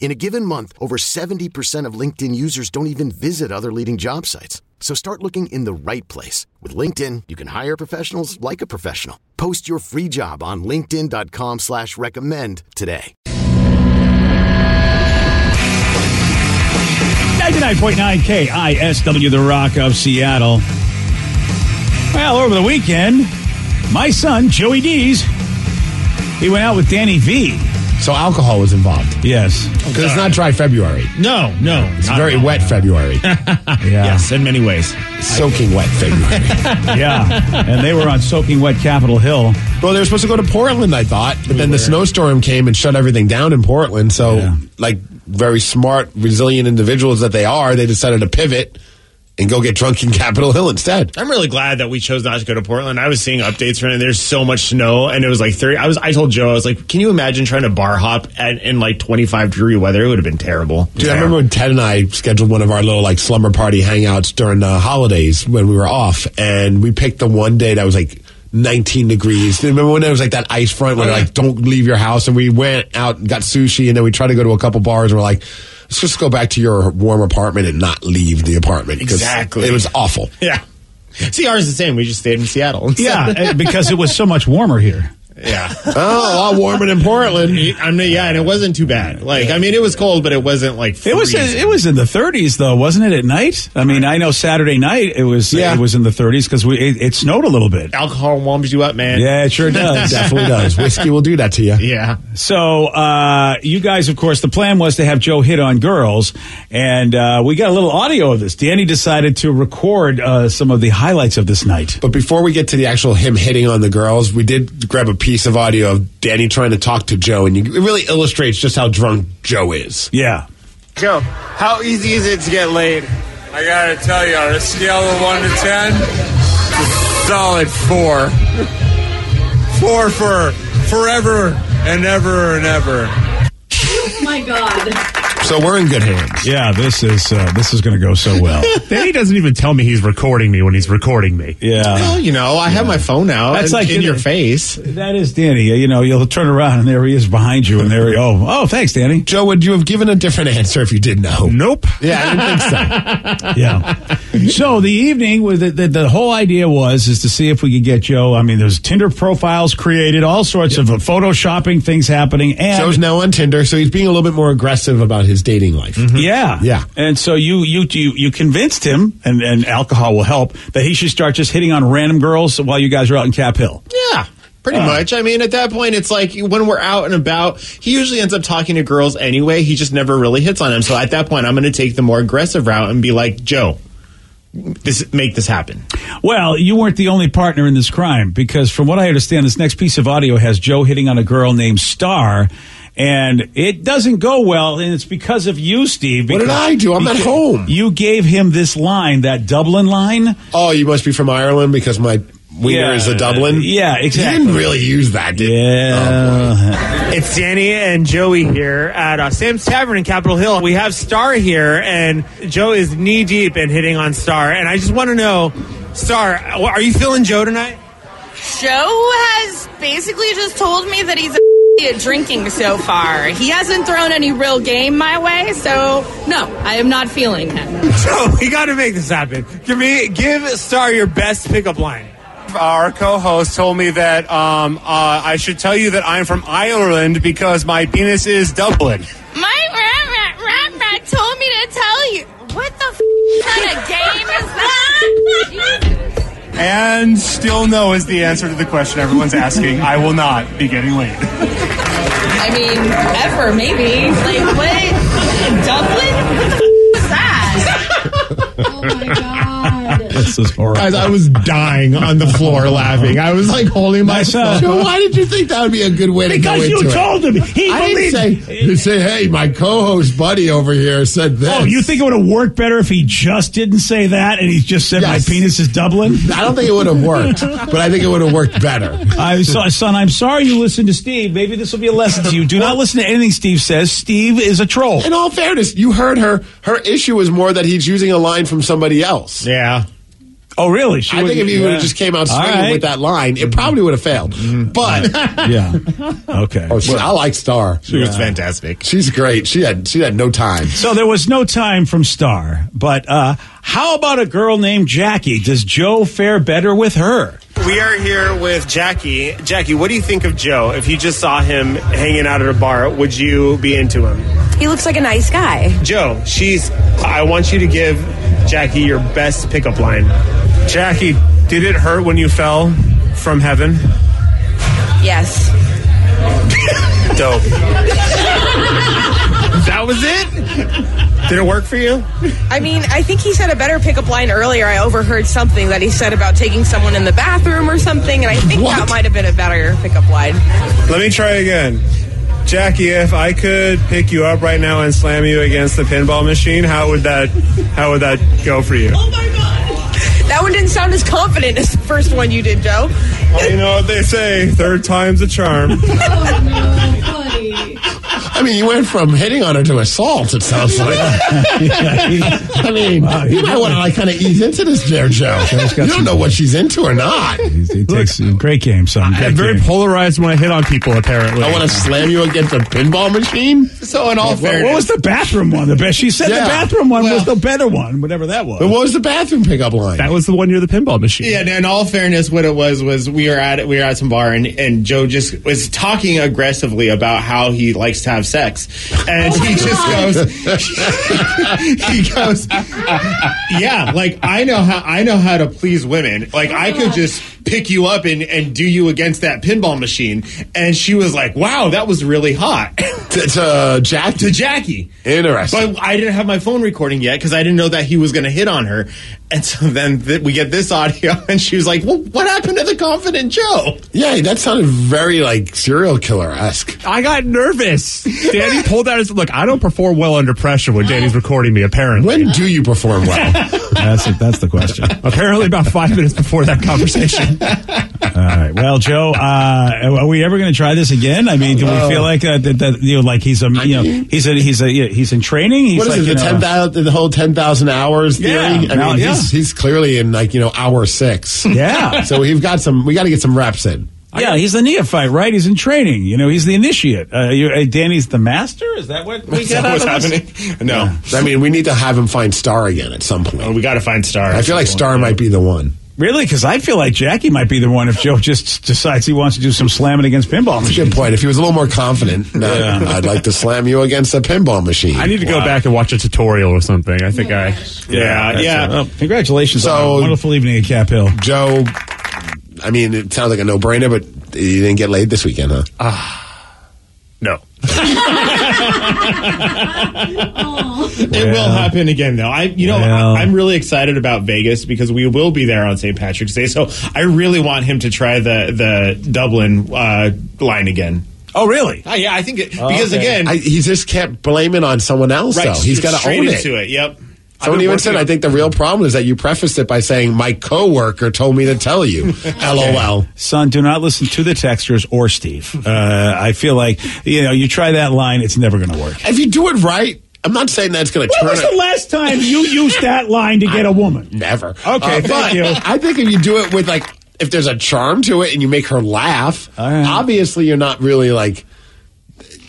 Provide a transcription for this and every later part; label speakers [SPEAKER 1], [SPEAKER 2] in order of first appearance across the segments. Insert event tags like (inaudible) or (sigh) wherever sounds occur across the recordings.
[SPEAKER 1] In a given month, over 70% of LinkedIn users don't even visit other leading job sites. So start looking in the right place. With LinkedIn, you can hire professionals like a professional. Post your free job on linkedin.com slash recommend today.
[SPEAKER 2] 99.9 KISW, The Rock of Seattle. Well, over the weekend, my son, Joey D's, he went out with Danny V.
[SPEAKER 3] So alcohol was involved
[SPEAKER 2] Yes.
[SPEAKER 3] because it's not dry February.
[SPEAKER 4] No, no.
[SPEAKER 3] It's
[SPEAKER 4] not
[SPEAKER 3] very
[SPEAKER 4] at all.
[SPEAKER 3] wet
[SPEAKER 4] (laughs)
[SPEAKER 3] February,
[SPEAKER 4] Yes, in many ways.
[SPEAKER 3] soaking wet
[SPEAKER 4] (laughs)
[SPEAKER 3] February.
[SPEAKER 2] Yeah. and they were on Soaking Wet Capitol Hill.
[SPEAKER 3] well, they were supposed to go to Portland, I thought, but then the snowstorm came and shut everything down in Portland. So,
[SPEAKER 2] Yeah.
[SPEAKER 3] like very smart, resilient individuals that they are, they decided to pivot and go get drunk in Capitol Hill instead.
[SPEAKER 4] I'm really glad that we chose not to go to Portland. I was seeing updates from it. There's so much snow, and it was like 30. I was. I told Joe, I was like, "Can you imagine trying to bar hop at, in like 25 degree weather? It would have been terrible."
[SPEAKER 3] Dude, I remember when Ted and I scheduled one of our little like slumber party hangouts during the holidays when we were off, and we picked the one day that was like 19 degrees. Do you Remember when there was like that ice front where
[SPEAKER 4] Oh,
[SPEAKER 3] like don't leave your house, and we went out and got sushi, and then we tried to go to a couple bars, and we're like, let's just go back to your warm apartment and not leave the apartment. 'cause
[SPEAKER 4] Exactly.
[SPEAKER 3] it was awful.
[SPEAKER 4] Yeah. See, ours is the same. We just stayed in Seattle. (laughs)
[SPEAKER 2] Yeah, eh, because it was so much warmer here.
[SPEAKER 4] yeah.
[SPEAKER 3] (laughs) Oh, a lot warmer than Portland.
[SPEAKER 4] I mean, yeah, and it wasn't too bad. Like, I mean, it was cold, but it wasn't like
[SPEAKER 2] It was
[SPEAKER 4] freezing.
[SPEAKER 2] it was in the 30s though, wasn't it? At night, I mean, I know Saturday night it was
[SPEAKER 3] Yeah.
[SPEAKER 2] it was in the 30s because we it, it snowed a little bit.
[SPEAKER 4] Alcohol warms you up, man.
[SPEAKER 2] Yeah, it (laughs) sure does.
[SPEAKER 3] Definitely does. Whiskey will do that to you.
[SPEAKER 4] Yeah.
[SPEAKER 2] So uh, you guys, of course, the plan was to have Joe hit on girls, and uh, we got a little audio of this. Danny decided to record uh, some of the highlights of this night.
[SPEAKER 3] But before we get to the actual him hitting on the girls, we did grab a piece of audio of Danny trying to talk to Joe, and you, it really illustrates just how drunk Joe is.
[SPEAKER 2] Yeah,
[SPEAKER 5] Joe, how easy is it to get laid?
[SPEAKER 6] I gotta tell you, on a scale of one to ten, it's a solid four. Four for forever and ever and ever.
[SPEAKER 7] my god.
[SPEAKER 3] So we're in good hands.
[SPEAKER 2] yeah, this is uh, this is going to go so well.
[SPEAKER 4] (laughs) Danny doesn't even tell me he's recording me when he's recording me.
[SPEAKER 2] yeah,
[SPEAKER 4] Well, you know, I have my phone out.
[SPEAKER 2] That's
[SPEAKER 4] That's
[SPEAKER 2] like
[SPEAKER 4] like in
[SPEAKER 2] in
[SPEAKER 4] your
[SPEAKER 2] a-
[SPEAKER 4] face.
[SPEAKER 2] that is Danny. You know, you'll turn around and there he is behind you, and there he oh oh thanks, Danny.
[SPEAKER 3] Joe, would you have given a different answer if you did know?
[SPEAKER 4] Nope.
[SPEAKER 3] Yeah, I didn't (laughs) think so.
[SPEAKER 2] Yeah. so the evening was the, the, the whole idea was is to see if we could get Joe. I mean, there's Tinder profiles created, all sorts of uh, photoshopping things happening, and
[SPEAKER 3] Joe's now on Tinder, so he's being a little bit more aggressive about his dating life.
[SPEAKER 2] Mm-hmm. Yeah,
[SPEAKER 3] Yeah.
[SPEAKER 2] And so you you you, you convinced him, and, and alcohol will help that he should start just hitting on random girls while you guys are out in Cap Hill.
[SPEAKER 4] Yeah. Pretty much. I mean, at that point, it's like when we're out and about, he usually ends up talking to girls anyway. He just never really hits on them. So at that point, I'm going to take the more aggressive route and be like, Joe, this make this happen.
[SPEAKER 2] Well, you weren't the only partner in this crime because, from what I understand, this next piece of audio has Joe hitting on a girl named Star, and it doesn't go well, and it's because of you, Steve.
[SPEAKER 3] What did
[SPEAKER 2] because-
[SPEAKER 3] I do? I'm at
[SPEAKER 2] because
[SPEAKER 3] home.
[SPEAKER 2] You gave him this line, that Dublin line.
[SPEAKER 3] Oh, you must be from Ireland because my wiener
[SPEAKER 2] Yeah.
[SPEAKER 3] is a Dublin?
[SPEAKER 2] Yeah,
[SPEAKER 3] You
[SPEAKER 2] exactly.
[SPEAKER 3] didn't really use that, did
[SPEAKER 2] Yeah.
[SPEAKER 5] It's Danny and Joey here at uh, Sam's Tavern in Capitol Hill. We have Star here, and Joe is knee deep in hitting on Star. And I just want to know, Star, are you feeling Joe tonight?
[SPEAKER 7] Joe has basically just told me that he's a (laughs) at drinking so far. He hasn't thrown any real game my way, so no, I am not feeling him.
[SPEAKER 5] Joe, (laughs) we got to make this happen. Give me, give Star your best pickup line.
[SPEAKER 6] Our co-host told me that um, uh, I should tell you that I'm from Ireland because my penis is Dublin.
[SPEAKER 7] My rat rat rat rat told me to tell you. What the f- kind of game is that? Jesus.
[SPEAKER 8] And still no is the answer to the question everyone's asking. I will not be getting late.
[SPEAKER 7] I mean, ever, maybe. Like, what? (laughs) Dublin? What the f- was that? oh my god.
[SPEAKER 2] This is horrible.
[SPEAKER 4] Guys, I was dying on the
[SPEAKER 2] (laughs)
[SPEAKER 4] floor laughing. I was like holding my
[SPEAKER 2] Nice, uh,
[SPEAKER 4] phone.
[SPEAKER 3] Joe, why did you think that would be a good way to go
[SPEAKER 2] Because you
[SPEAKER 3] into it?
[SPEAKER 2] told him. He
[SPEAKER 3] I
[SPEAKER 2] believed.
[SPEAKER 3] didn't say, you say, hey, my co-host buddy over here said this.
[SPEAKER 2] Oh, you think it would have worked better if he just didn't say that and he just said,
[SPEAKER 3] Yes.
[SPEAKER 2] "My penis is Dublin."
[SPEAKER 3] I don't think it would have worked, but I think it would have worked better.
[SPEAKER 2] I so, son, I'm sorry you listened to Steve. Maybe this will be a lesson to you. Do not listen to anything Steve says. Steve is a troll.
[SPEAKER 3] In all fairness, you heard her. Her issue is more that he's using a line from somebody else.
[SPEAKER 4] Yeah.
[SPEAKER 2] Oh, really? She
[SPEAKER 3] I think if
[SPEAKER 2] wouldn't-
[SPEAKER 3] you would
[SPEAKER 2] yeah.
[SPEAKER 3] have just came out
[SPEAKER 2] All
[SPEAKER 3] swinging
[SPEAKER 2] right.
[SPEAKER 3] with that line, it probably would have failed.
[SPEAKER 2] (laughs)
[SPEAKER 3] But
[SPEAKER 2] yeah. Okay.
[SPEAKER 3] Oh, she- I like Star.
[SPEAKER 4] She was fantastic.
[SPEAKER 3] She's great. She had she had no time.
[SPEAKER 2] So there was no time from Star, but uh, how about a girl named Jackie? Does Joe fare better with (laughs) her?
[SPEAKER 5] We are here with Jackie. Jackie, what do you think of Joe? If you just saw him hanging out at a bar, would you be into him?
[SPEAKER 9] He looks like a nice guy.
[SPEAKER 5] Joe, she's. I want you to give Jackie your best pickup line. Jackie, did it hurt when you fell from heaven?
[SPEAKER 9] Yes.
[SPEAKER 5] Dope. that was it? Did it work for you?
[SPEAKER 9] I mean, I think he said a better pickup line earlier. I overheard something that he said about taking someone in the bathroom or something, and I think that might have been a better pickup line.
[SPEAKER 5] Let me try again. Jackie, if I could pick you up right now and slam you against the pinball machine, how would that how would that go for you?
[SPEAKER 9] Oh my god. That one didn't sound as confident as the first one you did, Joe.
[SPEAKER 5] Well, you know what they say, third time's a charm.
[SPEAKER 3] I mean, you went from hitting on her to assault. It sounds like. I mean, you might want to like kind of ease into this, there, Joe. You don't know what she's into or not.
[SPEAKER 2] He takes great game, son. Great game.
[SPEAKER 5] polarized when I hit on people, apparently.
[SPEAKER 3] I want to slam you against a pinball machine.
[SPEAKER 4] So in all
[SPEAKER 2] What,
[SPEAKER 4] fairness,
[SPEAKER 2] what was the bathroom one? The best she said.
[SPEAKER 3] Yeah.
[SPEAKER 2] The bathroom one was
[SPEAKER 3] Well-
[SPEAKER 2] the better one, whatever that was.
[SPEAKER 3] But what was the bathroom pickup line?
[SPEAKER 8] That was the one near the pinball machine.
[SPEAKER 4] Yeah, and in all fairness, what it was was we were at we were at some bar and, and Joe just was talking aggressively about how he likes to have sex, and he just
[SPEAKER 3] (laughs)
[SPEAKER 4] goes, he goes, yeah, like I know how I know how to please women. Like I could just pick you up and and do you against that pinball machine, and she was like, wow, that was really hot (laughs)
[SPEAKER 3] T- to uh, Jack.
[SPEAKER 4] to Jackie.
[SPEAKER 3] Interesting.
[SPEAKER 4] But I didn't have my phone recording yet because I didn't know that he was going to hit on her. And so then th- we get this audio, (laughs) and she was like, well, What happened to the confident Joe?
[SPEAKER 3] yeah, that sounded very like serial killer esque.
[SPEAKER 8] I got nervous.
[SPEAKER 2] (laughs)
[SPEAKER 8] Danny pulled out his look. I don't perform well under pressure when Danny's recording me. Apparently,
[SPEAKER 3] When do you perform
[SPEAKER 2] (laughs)
[SPEAKER 3] well?
[SPEAKER 2] that's it, that's the question.
[SPEAKER 8] (laughs) apparently about five minutes before that conversation.
[SPEAKER 2] (laughs) All right. Well, Joe, uh, are we ever going to try this again? I mean, do we
[SPEAKER 3] Oh.
[SPEAKER 2] feel like uh, that, that you know, like he's a you know he's a, he's a he's in training? He's
[SPEAKER 3] what is
[SPEAKER 2] like,
[SPEAKER 3] it?
[SPEAKER 2] you
[SPEAKER 3] The
[SPEAKER 2] know-
[SPEAKER 3] ten thousand, the whole ten thousand hours theory.
[SPEAKER 2] Yeah,
[SPEAKER 3] I mean,
[SPEAKER 2] now- yeah.
[SPEAKER 3] he's, he's clearly in like you know hour six.
[SPEAKER 2] (laughs) Yeah.
[SPEAKER 3] so we've got some. We got to get some reps in.
[SPEAKER 2] Yeah, he's the neophyte, right? He's in training. You know, he's the initiate. Uh, you, uh, Danny's the master. Is that what we
[SPEAKER 4] Is that
[SPEAKER 2] get out
[SPEAKER 4] what's
[SPEAKER 2] of this?
[SPEAKER 4] happening? No.
[SPEAKER 3] I mean, we need to have him find Star again at some point.
[SPEAKER 4] Oh, we got to find Star.
[SPEAKER 3] I feel like Star might be the one.
[SPEAKER 2] Really? Because I feel like Jackie might be the one if Joe just decides he wants to do some slamming against pinball
[SPEAKER 3] That's a
[SPEAKER 2] machine.
[SPEAKER 3] good point. If he was a little more confident, uh,
[SPEAKER 2] Yeah.
[SPEAKER 3] I'd like to slam you against a pinball machine.
[SPEAKER 8] I need to go back and watch a tutorial or something. I think I.
[SPEAKER 4] Yeah, yeah.
[SPEAKER 2] Well, congratulations
[SPEAKER 3] So-
[SPEAKER 2] on a wonderful evening at Cap Hill.
[SPEAKER 3] Joe. I mean, it sounds like a no-brainer, but you didn't get laid this weekend, huh?
[SPEAKER 8] No.
[SPEAKER 4] It will happen again, though. I, you know,
[SPEAKER 2] Well.
[SPEAKER 4] I, I'm really excited about Vegas because we will be there on St. Patrick's Day. So I really want him to try the the Dublin uh, line again.
[SPEAKER 2] Oh, really?
[SPEAKER 4] Oh, yeah, I think it, because
[SPEAKER 2] okay.
[SPEAKER 4] again,
[SPEAKER 3] I, he just can't blame it on someone else,
[SPEAKER 4] right,
[SPEAKER 3] though. He's got to
[SPEAKER 4] straight
[SPEAKER 3] own it.
[SPEAKER 4] into it. Yep.
[SPEAKER 3] Someone
[SPEAKER 4] I've been
[SPEAKER 3] even
[SPEAKER 4] working
[SPEAKER 3] said,
[SPEAKER 4] on-
[SPEAKER 3] I think the real problem is that you prefaced it by saying, my coworker told me to tell (laughs) you. LOL.
[SPEAKER 2] Son, do not listen to the texters or
[SPEAKER 8] (laughs)
[SPEAKER 2] Steve. Uh, I feel like, you know, you try that line, it's never going to work.
[SPEAKER 3] If you do it right, I'm not saying that's going to
[SPEAKER 2] When
[SPEAKER 3] turn
[SPEAKER 2] was
[SPEAKER 3] it.
[SPEAKER 2] the last time you used that line to get a woman?
[SPEAKER 3] Never. Okay,
[SPEAKER 2] thank you.
[SPEAKER 3] I think if you do it with, like, if there's a charm to it and you make her laugh,
[SPEAKER 2] All right.
[SPEAKER 3] obviously you're not really, like,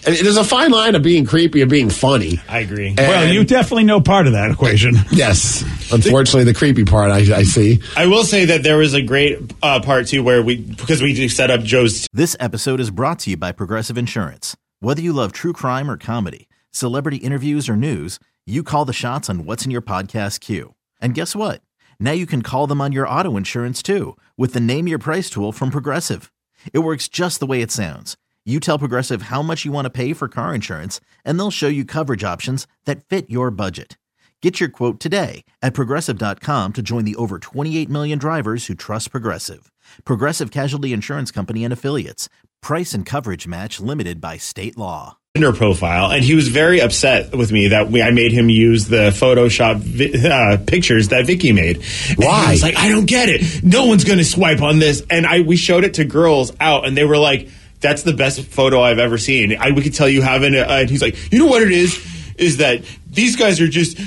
[SPEAKER 3] I mean, there's a fine line of being creepy and being funny.
[SPEAKER 4] I agree.
[SPEAKER 2] Well,
[SPEAKER 3] And-
[SPEAKER 2] you definitely know part of that equation.
[SPEAKER 3] Yes. Unfortunately, the creepy part I, I see.
[SPEAKER 4] I will say that there was a great uh, part too where we because we did set up Joe's
[SPEAKER 10] This episode is brought to you by Progressive Insurance. Whether you love true crime or comedy, celebrity interviews or news, you call the shots on what's in your podcast queue. And guess what? Now you can call them on your auto insurance too with the Name Your Price tool from Progressive. It works just the way it sounds. You tell Progressive how much you want to pay for car insurance, and they'll show you coverage options that fit your budget. Get your quote today at progressive.com to join the over 28 million drivers who trust Progressive. Progressive Casualty Insurance Company and Affiliates. Price and coverage match limited by state law.
[SPEAKER 4] Tinder profile, and he was very upset with me that we, I made him use the Photoshop vi- uh, pictures that Vicky made. Why? I was like, I don't get it. No one's going to swipe on this. And I we showed it to girls out, and they were like, "That's the best photo I've ever seen." I we could tell you having it. And he's like, "You know what it is? Is that these guys are just."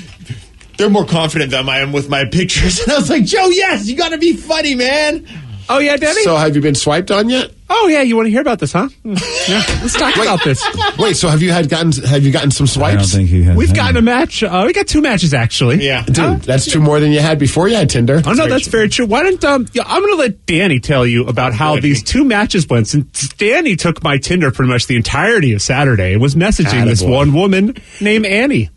[SPEAKER 4] They're more confident than I am with my pictures. (laughs) And I was like, Joe, yes, you got to be funny, man.
[SPEAKER 8] (laughs) Oh yeah, Daddy.
[SPEAKER 3] So have you been swiped on yet?
[SPEAKER 8] oh yeah, you want to hear about
[SPEAKER 2] (laughs)
[SPEAKER 8] this, huh? yeah, let's talk about this.
[SPEAKER 3] Wait, so have you had gotten have you gotten some swipes?
[SPEAKER 2] I don't think he has.
[SPEAKER 8] We've
[SPEAKER 2] any.
[SPEAKER 8] gotten a match. Uh, we got two matches actually.
[SPEAKER 4] Yeah.
[SPEAKER 3] Dude, that's two more than you had before you had Tinder.
[SPEAKER 8] Oh no, that's very true. Why don't um, yeah, I'm going to let Danny tell you about how these two matches went. Since Danny took my Tinder pretty much the entirety of Saturday, and was messaging this
[SPEAKER 3] Attaboy.
[SPEAKER 8] one woman named Annie.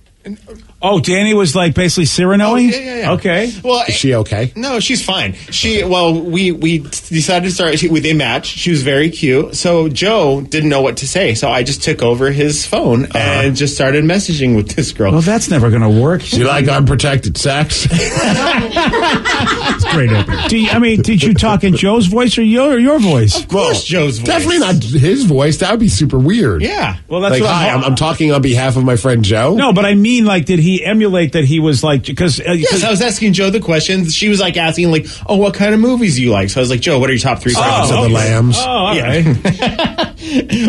[SPEAKER 2] Oh, Danny was like basically
[SPEAKER 8] Oh,
[SPEAKER 2] Cyranoing.
[SPEAKER 4] yeah, yeah, yeah.
[SPEAKER 2] Okay.
[SPEAKER 4] Well,
[SPEAKER 3] Is she okay?
[SPEAKER 4] No, she's fine. She well, we we decided to start she, with a match. She was very cute. So Joe didn't know what to say. So I just took over his phone and just started messaging with this girl.
[SPEAKER 2] Well, that's never going to work.
[SPEAKER 3] Do you like unprotected sex? (laughs)
[SPEAKER 8] Great opener. (laughs)
[SPEAKER 2] Do you, I mean, did you talk in Joe's voice or your or your voice?
[SPEAKER 4] of course, Joe's voice.
[SPEAKER 3] Definitely not his voice. That would be super weird.
[SPEAKER 4] Yeah.
[SPEAKER 2] Well, that's
[SPEAKER 3] like,
[SPEAKER 2] what
[SPEAKER 3] hi,
[SPEAKER 2] I'm-
[SPEAKER 3] I'm, I'm talking on behalf of my friend Joe.
[SPEAKER 2] No, but I mean, like, did he emulate that he was like because uh,
[SPEAKER 4] Yes, I was asking Joe the questions. She was like asking, like, "Oh, what kind of movies do you like?" So I was like, "Joe, what are your top three?"
[SPEAKER 3] Silence
[SPEAKER 4] songs?"
[SPEAKER 3] of the Lambs.
[SPEAKER 2] Oh, all
[SPEAKER 4] Yeah.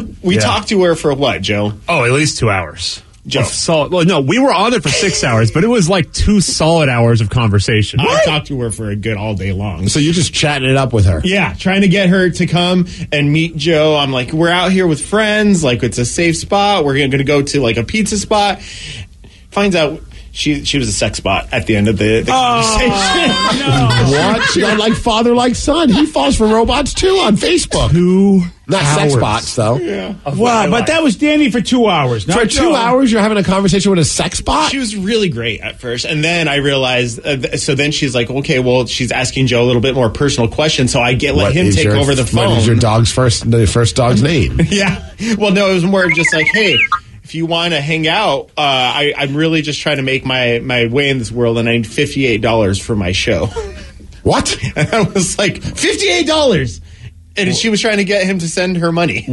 [SPEAKER 2] right.
[SPEAKER 4] we talked to her for what, Joe?
[SPEAKER 8] (laughs) Oh, at least two hours.
[SPEAKER 4] Joe.
[SPEAKER 8] Of solid. Well, no, we were on it for six hours, but it was like two solid hours of conversation.
[SPEAKER 4] I talked to her for a good all day long.
[SPEAKER 3] So you're just chatting it up with her.
[SPEAKER 4] Yeah, trying to get her to come and meet Joe. I'm like, we're out here with friends. Like, it's a safe spot. We're going to go to like a pizza spot. Finds out she she was a sex bot at the end of the, the conversation.
[SPEAKER 3] What? She got like father like son. He falls for robots too on Facebook.
[SPEAKER 8] Two
[SPEAKER 3] Not sex
[SPEAKER 8] hours.
[SPEAKER 3] bots though.
[SPEAKER 2] Wow, but that was Danny for two hours. not
[SPEAKER 3] For two
[SPEAKER 2] Joe.
[SPEAKER 3] hours, you're having a conversation with a sex bot.
[SPEAKER 4] (laughs) She was really great at first, and then I realized. Uh, th- so then she's like, "Okay, well, she's asking Joe a little bit more personal questions." So I get let
[SPEAKER 3] What
[SPEAKER 4] him
[SPEAKER 3] is
[SPEAKER 4] take
[SPEAKER 3] your-
[SPEAKER 4] over the phone.
[SPEAKER 3] What is your dog's first the first dog's name?
[SPEAKER 4] (laughs) Yeah. Well, no, it was more just like, hey, if you want to hang out, uh, I, I'm really just trying to make my, my way in this world, and I need fifty eight dollars for my show. (laughs)
[SPEAKER 3] what?
[SPEAKER 4] And I was like, fifty eight dollars, and she was trying to get him to send her money.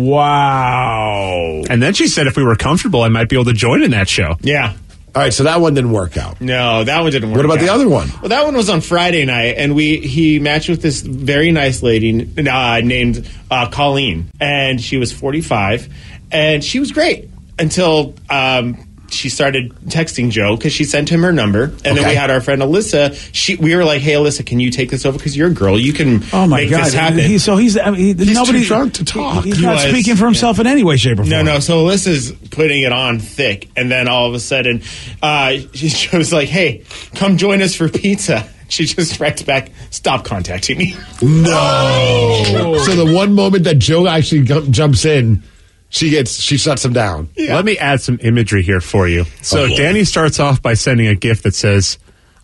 [SPEAKER 2] Wow.
[SPEAKER 8] And then she said if we were comfortable, I might be able to join in that show.
[SPEAKER 4] Yeah.
[SPEAKER 3] All right, so that one didn't work out.
[SPEAKER 4] No, that one didn't work.
[SPEAKER 3] What about the
[SPEAKER 4] out.
[SPEAKER 3] other one?
[SPEAKER 4] Well, that one was on Friday night, and we he matched with this very nice lady uh, named uh, Colleen, and she was 45, and she was great until um, she started texting Joe because she sent him her number, and then
[SPEAKER 3] Okay.
[SPEAKER 4] we had our friend Alyssa. She we were like, "Hey, Alyssa, can you take this over? Because you're a girl, you can
[SPEAKER 2] Oh my
[SPEAKER 4] make
[SPEAKER 2] God!
[SPEAKER 4] this happen."
[SPEAKER 2] He, so he's I mean, he,
[SPEAKER 3] too
[SPEAKER 2] nobody
[SPEAKER 3] drunk to talk.
[SPEAKER 2] He's
[SPEAKER 4] He
[SPEAKER 2] not
[SPEAKER 4] was,
[SPEAKER 2] speaking for himself in any way, shape, or form.
[SPEAKER 4] No, no. So Alyssa's putting it on thick, and then all of a sudden, uh, (laughs) she- she was like, "Hey, come join us for pizza." (laughs) She just writes back, "Stop contacting me."
[SPEAKER 3] No. Oh. so the one moment that Joe actually gu- jumps in, she gets she shuts him down.
[SPEAKER 8] Let me add some imagery here for you. So
[SPEAKER 3] Okay.
[SPEAKER 8] Danny starts off by sending a gift that says,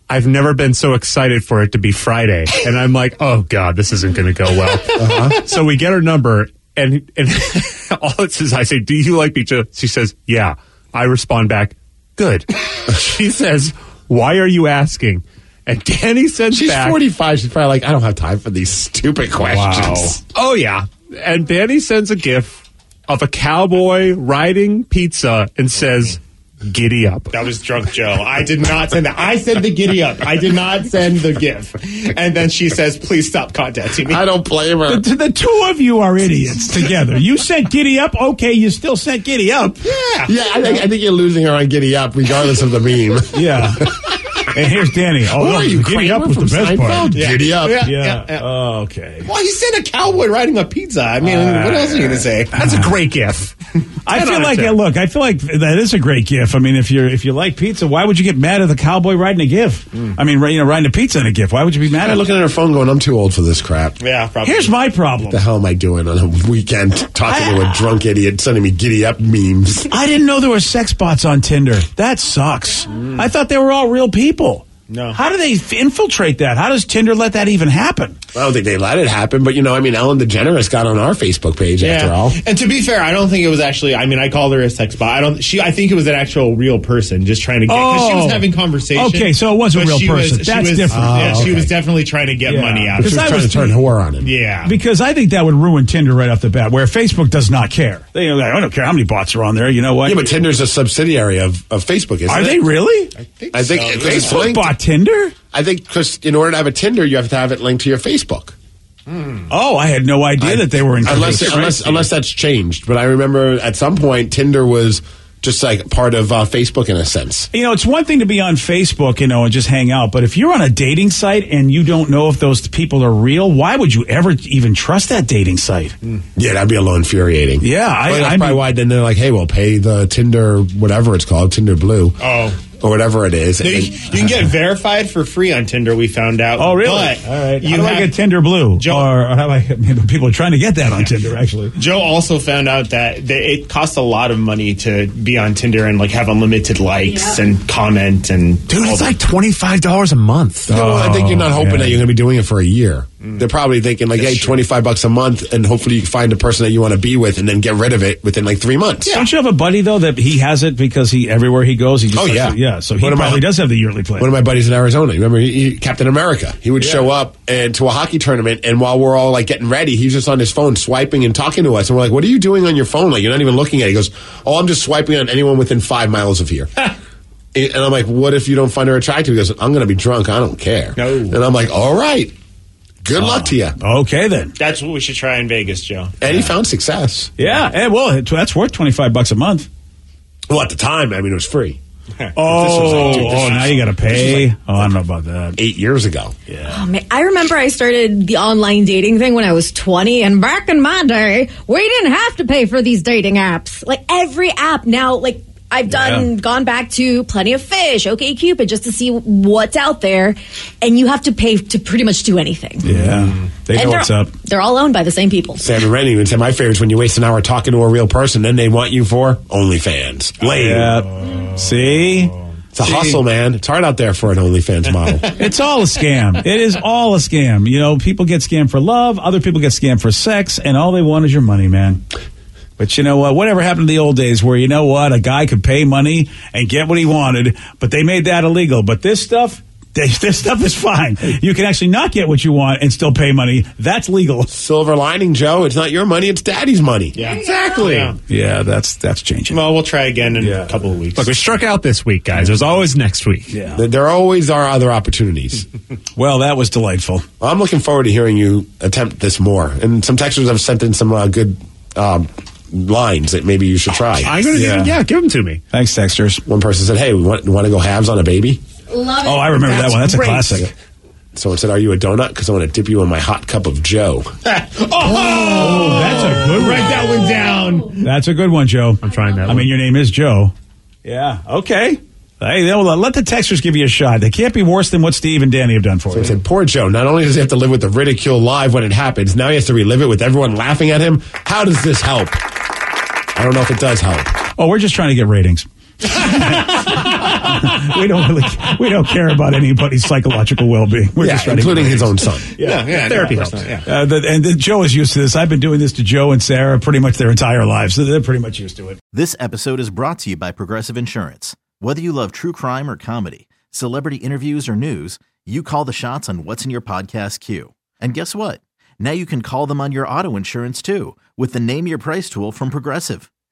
[SPEAKER 8] I've never been so excited for it to be Friday. And I'm like, oh God, this isn't going to go well.
[SPEAKER 3] Uh-huh.
[SPEAKER 8] So we get her number, and, and (laughs) all it says, I say, Do you like me? Joe?" She says, Yeah. I respond back, Good. (laughs) she says, Why are you asking? And Danny sends
[SPEAKER 3] She's
[SPEAKER 8] back,
[SPEAKER 3] 45. She's probably like, I don't have time for these stupid
[SPEAKER 8] (laughs)
[SPEAKER 3] questions.
[SPEAKER 8] Oh yeah. And Danny sends a gif of a cowboy riding pizza and says, "Giddy up."
[SPEAKER 4] (laughs) That was drunk Joe. I did not send that. I sent the giddy up. I did not send the gif. And then she says, "Please stop contacting me."
[SPEAKER 3] I don't blame her.
[SPEAKER 2] The, the two of you are
[SPEAKER 3] (laughs)
[SPEAKER 2] idiots together. You sent giddy up. Okay, you still sent giddy up.
[SPEAKER 3] Yeah, I think, I think you're losing her on Giddy Up, regardless of the meme.
[SPEAKER 2] Yeah. and here's Danny. Oh,
[SPEAKER 3] Who
[SPEAKER 2] no,
[SPEAKER 3] are you,
[SPEAKER 2] giddy up
[SPEAKER 3] Kramer
[SPEAKER 2] was the
[SPEAKER 3] from
[SPEAKER 2] best part.
[SPEAKER 3] Seinfeld? Giddy Up.
[SPEAKER 4] Yeah.
[SPEAKER 2] Yeah.
[SPEAKER 4] yeah, yeah.
[SPEAKER 2] Oh, okay.
[SPEAKER 4] Well, he sent a cowboy riding a pizza. I mean, what else are you gonna say?
[SPEAKER 8] Uh, That's a great gif.
[SPEAKER 2] I
[SPEAKER 8] Ten out
[SPEAKER 2] feel
[SPEAKER 8] of
[SPEAKER 2] like
[SPEAKER 8] ten.
[SPEAKER 2] yeah, look. I feel like that is a great gift. I mean, if you're if you like pizza, why would you get mad at the cowboy riding a gift?
[SPEAKER 3] Mm.
[SPEAKER 2] I mean, you know, riding a pizza and a gift. Why would you be mad
[SPEAKER 3] I'm
[SPEAKER 2] at?
[SPEAKER 3] looking at her phone going, I'm too old for this crap.
[SPEAKER 4] (laughs) Yeah, probably.
[SPEAKER 2] Here's my problem.
[SPEAKER 3] The hell am I doing on a weekend talking to a drunk idiot sending me Giddy Up memes?
[SPEAKER 2] I didn't know there were sex bots on Tinder. That sucks. I thought they were all real people.
[SPEAKER 4] No.
[SPEAKER 2] How do they f- infiltrate that? How does Tinder let that even happen?
[SPEAKER 3] I don't think they let it happen, but you know, I mean, Ellen DeGeneres got on our Facebook page after all.
[SPEAKER 4] And to be fair, I don't think it was actually. I mean, I called her a sex bot. I don't. She. I think it was an actual real person just trying to get. 'cause she
[SPEAKER 2] Oh.
[SPEAKER 4] was having conversation.
[SPEAKER 2] Okay, so it was a
[SPEAKER 4] but
[SPEAKER 2] real
[SPEAKER 4] she
[SPEAKER 2] person.
[SPEAKER 4] she
[SPEAKER 2] That's
[SPEAKER 4] was-
[SPEAKER 2] different.
[SPEAKER 4] yeah,
[SPEAKER 3] Oh,
[SPEAKER 4] She was
[SPEAKER 3] okay.
[SPEAKER 4] definitely trying to get
[SPEAKER 2] Yeah.
[SPEAKER 4] money out.
[SPEAKER 3] She
[SPEAKER 4] of
[SPEAKER 3] was
[SPEAKER 4] it.
[SPEAKER 2] I
[SPEAKER 3] trying to
[SPEAKER 2] was-
[SPEAKER 3] turn whore on him.
[SPEAKER 4] Yeah.
[SPEAKER 2] Because I think that would ruin Tinder right off the bat, where Facebook does not care. They are like, I don't care how many bots are on there. You know what?
[SPEAKER 3] Yeah, but Tinder's a subsidiary of, of Facebook, isn't
[SPEAKER 2] are
[SPEAKER 3] it?
[SPEAKER 2] they really?
[SPEAKER 3] I think
[SPEAKER 4] so.
[SPEAKER 3] it's
[SPEAKER 4] This
[SPEAKER 3] it's linked.
[SPEAKER 2] Bot Tinder?
[SPEAKER 3] I think because in order to have a Tinder, you have to have it linked to your Facebook.
[SPEAKER 2] Oh, I had no idea that they were in.
[SPEAKER 3] Unless unless unless that's changed. But I remember at some point Tinder was just like part of uh, Facebook in a sense.
[SPEAKER 2] You know, it's one thing to be on Facebook, you know, and just hang out, but if you're on a dating site and you don't know if those people are real, why would you ever even trust that dating site?
[SPEAKER 3] Yeah, that'd be a little infuriating.
[SPEAKER 2] Yeah, I-
[SPEAKER 3] Hmm. Well, that's
[SPEAKER 2] I
[SPEAKER 3] probably
[SPEAKER 2] mean-
[SPEAKER 3] why then they're like, hey, well, pay the Tinder whatever it's called, Tinder Blue.
[SPEAKER 4] Oh.
[SPEAKER 3] Or whatever it is.
[SPEAKER 4] No, you,
[SPEAKER 3] And-
[SPEAKER 4] you can get verified for free on Tinder. We found out.
[SPEAKER 2] Oh, really?
[SPEAKER 4] But
[SPEAKER 2] All right.
[SPEAKER 4] You
[SPEAKER 2] how do
[SPEAKER 4] have-
[SPEAKER 2] I get Tinder Blue?
[SPEAKER 4] Joe-
[SPEAKER 2] or how do I? (laughs) people are trying to get that on Tinder, actually.
[SPEAKER 4] Joe also found out that they, it costs a lot of money to be on Tinder and like have unlimited likes
[SPEAKER 7] Yeah.
[SPEAKER 4] and comment and
[SPEAKER 11] Dude,
[SPEAKER 4] all
[SPEAKER 11] it's
[SPEAKER 4] that.
[SPEAKER 11] like twenty five dollars a month.
[SPEAKER 3] No, I think you're not hoping
[SPEAKER 2] yeah.
[SPEAKER 3] that you're going to be doing it for a year. They're probably thinking like, hey, 25 bucks a month, and hopefully you find a person that you want to be with, and then get rid of it within like three months.
[SPEAKER 2] Don't you have a buddy though that he has it because he everywhere he goes he just
[SPEAKER 3] Oh,
[SPEAKER 2] starts
[SPEAKER 3] yeah.
[SPEAKER 2] to- yeah so he
[SPEAKER 3] One of my-
[SPEAKER 2] probably does have the yearly plan.
[SPEAKER 3] One of my buddies in Arizona, you remember he, he- Captain America? He would show up and to a hockey tournament, and while we're all like getting ready, he's just on his phone swiping and talking to us, and we're like, "What are you doing on your phone? Like you're not even looking at." it. He goes, "Oh, I'm just swiping on anyone within five miles of here." And I'm like, what if you don't find her attractive? He goes, I'm going to be drunk. I don't care.
[SPEAKER 4] No.
[SPEAKER 3] And I'm like, all right. Good luck to you.
[SPEAKER 2] okay then.
[SPEAKER 4] That's what we should try in Vegas, Joe.
[SPEAKER 3] And he found success.
[SPEAKER 2] Yeah, eh, well it- that's worth twenty five bucks a month.
[SPEAKER 3] Well, at the time, I mean, it was free.
[SPEAKER 2] Oh,
[SPEAKER 3] was- dude, this
[SPEAKER 2] oh,
[SPEAKER 3] was-
[SPEAKER 2] now you got to pay. oh, I don't know about that.
[SPEAKER 3] Eight years ago.
[SPEAKER 12] Oh, man. I remember I started the online dating thing when I was 20, and back in my day, we didn't have to pay for these dating apps. Like every app now, like I've done,
[SPEAKER 2] Yeah.
[SPEAKER 12] gone back to Plenty of Fish, OK Cupid, just to see what's out there, and you have to pay to pretty much do anything.
[SPEAKER 2] Yeah, Mm. they
[SPEAKER 12] and they're,
[SPEAKER 2] know what's up.
[SPEAKER 12] they're all owned by the same people.
[SPEAKER 3] Sam and Rennie would say, my favorite is when you waste an hour talking to a real person, then they want you for OnlyFans.
[SPEAKER 2] Oh,
[SPEAKER 3] Lame.
[SPEAKER 2] Yeah, Oh. see,
[SPEAKER 3] It's a hustle, man. It's hard out there for an OnlyFans model.
[SPEAKER 2] it's all a scam. it is all a scam. You know, people get scammed for love, other people get scammed for sex, and all they want is your money, man. But you know what? Whatever happened to the old days where you know what? A guy could pay money and get what he wanted, but they made that illegal. But this stuff, this (laughs) this stuff is fine. You can actually not get what you want and still pay money. That's legal.
[SPEAKER 3] Silver lining, Joe. It's not your money. It's daddy's money.
[SPEAKER 4] Yeah.
[SPEAKER 3] Exactly.
[SPEAKER 4] Yeah.
[SPEAKER 2] Yeah, that's that's changing.
[SPEAKER 4] Well, we'll try again in
[SPEAKER 2] Yeah.
[SPEAKER 4] a couple of weeks.
[SPEAKER 8] Look, we struck out this week, guys. There's always next week.
[SPEAKER 2] Yeah.
[SPEAKER 3] Th- There always are other opportunities.
[SPEAKER 2] Well, that was delightful.
[SPEAKER 3] I'm looking forward to hearing you attempt this more. And some texters have sent in some uh, good um, lines that maybe you should try.
[SPEAKER 8] I'm gonna
[SPEAKER 2] Yeah.
[SPEAKER 8] yeah. yeah, give them to me.
[SPEAKER 2] Thanks, Texters.
[SPEAKER 3] One person said, hey, we want, want to go halves on a baby?
[SPEAKER 12] Love
[SPEAKER 2] Oh, I remember that one. That's a
[SPEAKER 8] great.
[SPEAKER 2] classic.
[SPEAKER 3] Someone said, are you a donut? Because I want to dip you in my hot cup of Joe.
[SPEAKER 2] Oh, that's a good
[SPEAKER 4] Write that one down.
[SPEAKER 2] That's a good one, Joe. I'm
[SPEAKER 8] trying that
[SPEAKER 2] I
[SPEAKER 8] one.
[SPEAKER 2] mean, your name is Joe. Yeah. Okay. Hey, they'll let the texters give you a shot. They can't be worse than what Steve and Danny have done for
[SPEAKER 3] They
[SPEAKER 2] you.
[SPEAKER 3] said, poor Joe, not only does he have to live with the ridicule live when it happens, now he has to relive it with everyone laughing at him. How does this help? I don't know if it does help.
[SPEAKER 2] Oh, we're just trying to get ratings. (laughs) we don't really, we don't care about anybody's psychological well-being. We're
[SPEAKER 3] yeah,
[SPEAKER 2] just trying to get
[SPEAKER 3] including his own son.
[SPEAKER 4] Yeah, yeah,
[SPEAKER 8] Therapy
[SPEAKER 4] no, of course
[SPEAKER 8] helps.
[SPEAKER 4] not, yeah.
[SPEAKER 2] Uh, the, and the, Joe is used to this. I've been doing this to Joe and Sarah pretty much their entire lives. So they're pretty much used to it.
[SPEAKER 10] This episode is brought to you by Progressive Insurance. Whether you love true crime or comedy, celebrity interviews or news, you call the shots on what's in your podcast queue. And guess what? Now you can call them on your auto insurance too with the Name Your Price tool from Progressive.